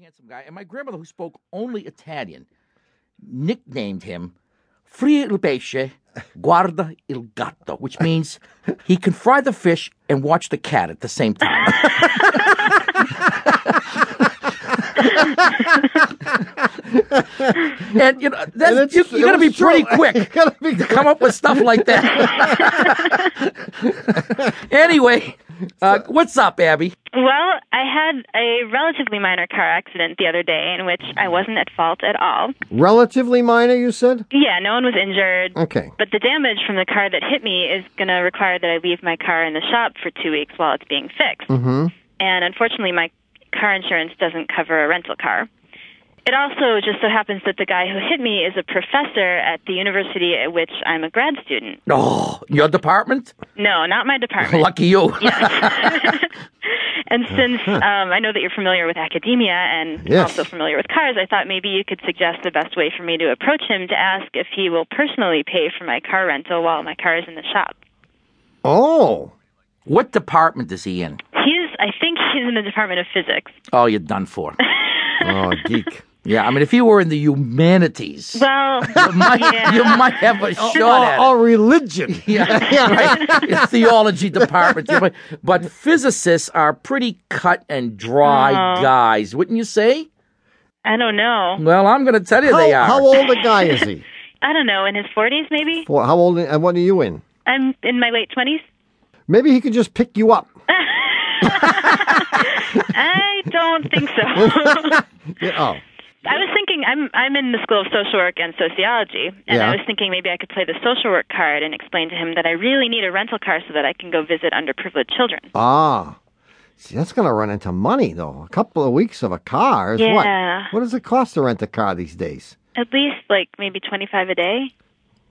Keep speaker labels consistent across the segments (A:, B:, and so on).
A: handsome guy, and my grandmother, who spoke only Italian, nicknamed him Fri il pesce, guarda il gatto, which means he can fry the fish and watch the cat at the same time. and you know, that's, you,
B: it's-
A: you got to
B: it
A: be
B: was true.
A: pretty quick
B: gotta be
A: to come up with stuff like that. anyway, uh, what's up, Abby?
C: Well, I had a relatively minor car accident the other day in which I wasn't at fault at all.
B: relatively minor. You said
C: Yeah, no one was injured.
B: okay.
C: But the damage from the car that hit me is going to require that I leave my car in the shop for two weeks while it's being fixed.
B: hmm
C: And unfortunately, my car insurance doesn't cover a rental car. It also just so happens that the guy who hit me is a professor at the university at which I'm a grad student.
A: Oh, your department?
C: No, not my department.
A: Lucky you.
C: And since um, I know that you're familiar with academia and
B: Yes.
C: also familiar with cars, I thought maybe you could suggest the best way for me to approach him to ask if he will personally pay for my car rental while my car is in the shop.
B: Oh,
A: What department is he in?
C: He's, I think he's in the Department of Physics.
A: Oh, you're done for.
B: oh, geek.
A: Yeah, I mean, if you were in the humanities,
C: Well,
A: you, might,
C: yeah.
A: you might have a
B: Oh,
A: shot at it.
B: oh, religion.
A: Yeah, right. It's theology department. You might- But physicists are pretty cut and dry
C: Oh.
A: guys, wouldn't you say?
C: I don't know.
A: Well, I'm going to tell you
B: How,
A: they are.
B: how old a guy is he?
C: I don't know. In his 40s, maybe?
B: Well, how old? And what are you in?
C: I'm in my late 20s.
B: Maybe he could just pick you up.
C: I don't think so. I
B: Yeah, oh.
C: was thinking I'm I'm in the School of Social Work and Sociology, and
B: Yeah.
C: I was thinking maybe I could play the social work card and explain to him that I really need a rental car so that I can go visit underprivileged children.
B: oh, ah. See, that's going to run into money though. A couple of weeks of a car is
C: Yeah.
B: what? What does it cost to rent a car these days?
C: At least like maybe 25 a day.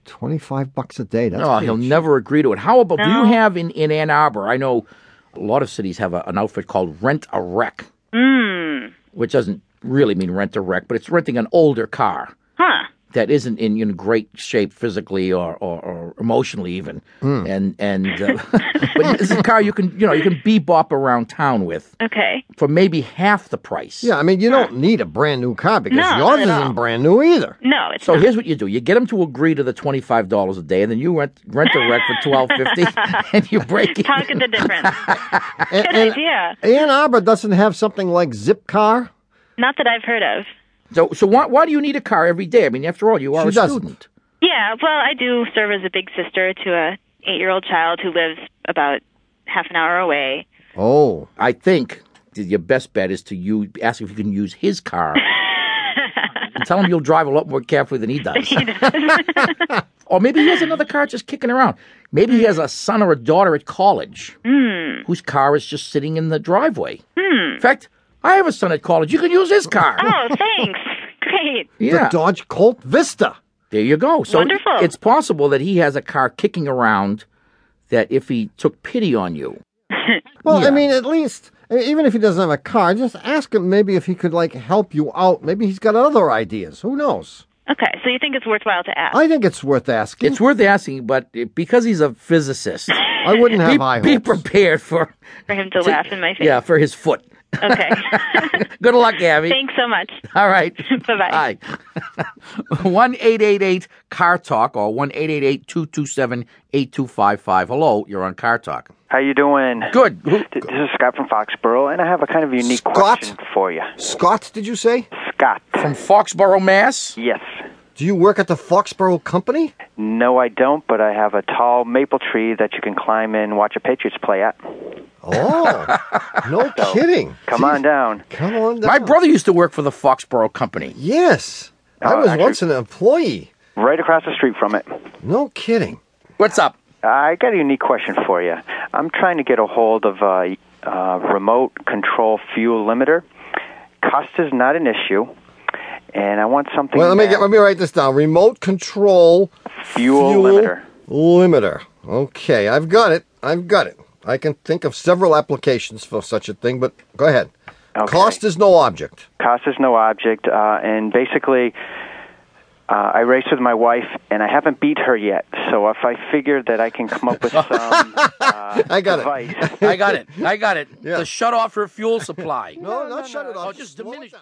B: Twenty-five bucks a day. That's
A: Oh,
B: pretty
A: he'll
B: cheap.
A: never agree to it. How about do you
C: No.
A: have in, in Ann Arbor? I know a lot of cities have a, an outfit called Rent a Wreck,
C: Hmm.
A: which doesn't really mean rent a wreck, but it's renting an older car
C: Huh.
A: that isn't in, in great shape physically or, or, or emotionally even,
B: Hmm.
A: and and uh, but it's a car you can you know you can bebop around town with
C: Okay.
A: for maybe half the price.
B: Yeah, I mean, you don't need a brand new car because
C: No,
B: yours
C: not at
B: isn't
C: all.
B: brand new either.
C: No, it's
A: So
C: not.
A: here's what you do: you get them to agree to the twenty five dollars a day, and then you rent rent a wreck for twelve fifty, and you break it.
C: Talk of the difference.
B: And,
C: Good
B: and
C: idea.
B: Ann Arbor doesn't have something like Zipcar.
C: Not that I've heard of.
A: So, so why, why do you need a car every day? I mean, after all, you are
B: She
A: a
B: doesn't.
A: student.
C: Yeah, well, I do serve as a big sister to a 8-year-old child who lives about half an hour away.
B: Oh,
A: I think that your best bet is to you ask if you can use his car. and tell him you'll drive a lot more carefully than he does. or maybe he has another car just kicking around. Maybe he has a son or a daughter at college
C: Hmm.
A: whose car is just sitting in the driveway. In fact, I have a son at college. You can use his car.
C: Oh, thanks. Great.
A: yeah.
B: the Dodge Colt Vista.
A: There you go. So
C: Wonderful.
A: it's possible that he has a car kicking around that if he took pity on you.
B: Well,
A: Yeah.
B: I mean, at least I mean, even if he doesn't have a car, just ask him maybe if he could like help you out. Maybe he's got other ideas. Who knows?
C: Okay, so you think it's worthwhile to ask?
B: I think it's worth asking.
A: It's worth asking, but because he's a physicist,
B: I wouldn't have
A: be,
B: high
A: be
B: hopes.
A: prepared for
C: for him to laugh in my face.
A: yeah for his foot.
C: Okay.
A: Good luck, Abby.
C: Thanks so much.
A: All right.
C: Bye-bye.
A: Bye. One eight eight eight Car Talk or one eight eight eight two two seven eight two five five. Hello, you're on Car Talk.
D: How you doing?
A: Good. Who-
D: Th- This is Scott from Foxborough, and I have a kind of unique
B: Scott?
D: question for you.
B: Scott, did you say?
D: Scott.
A: From Foxborough, Mass.
D: Yes.
B: Do you work at the Foxborough Company?
D: No, I don't, but I have a tall maple tree that you can climb in and watch a Patriots play at.
B: Oh, no kidding.
D: Come on down.
B: Come on down.
A: My brother used to work for the Foxborough Company.
B: Yes, I
D: Oh,
B: was
D: actually-
B: once an employee.
D: Right across the street from it.
B: No kidding.
A: What's up?
D: I got a unique question for you. I'm trying to get a hold of a, uh remote control fuel limiter. Cost is not an issue, and I want something.
B: Well, let me
D: that-
B: get let me write this down. Remote control
D: Fuel limiter.
B: limiter. Okay, I've got it. I've got it. I can think of several applications for such a thing, but go ahead.
D: Okay.
B: Cost is no object.
D: cost is no object uh, and basically uh, I race with my wife, and I haven't beat her yet. So if I figure that I can come up with some uh,
B: I got it.
D: advice,
A: I got it. I got it.
B: Yeah.
A: To shut off her fuel supply.
B: No, not shut it off.
A: Oh, just
B: Slow it
A: diminish.
B: down.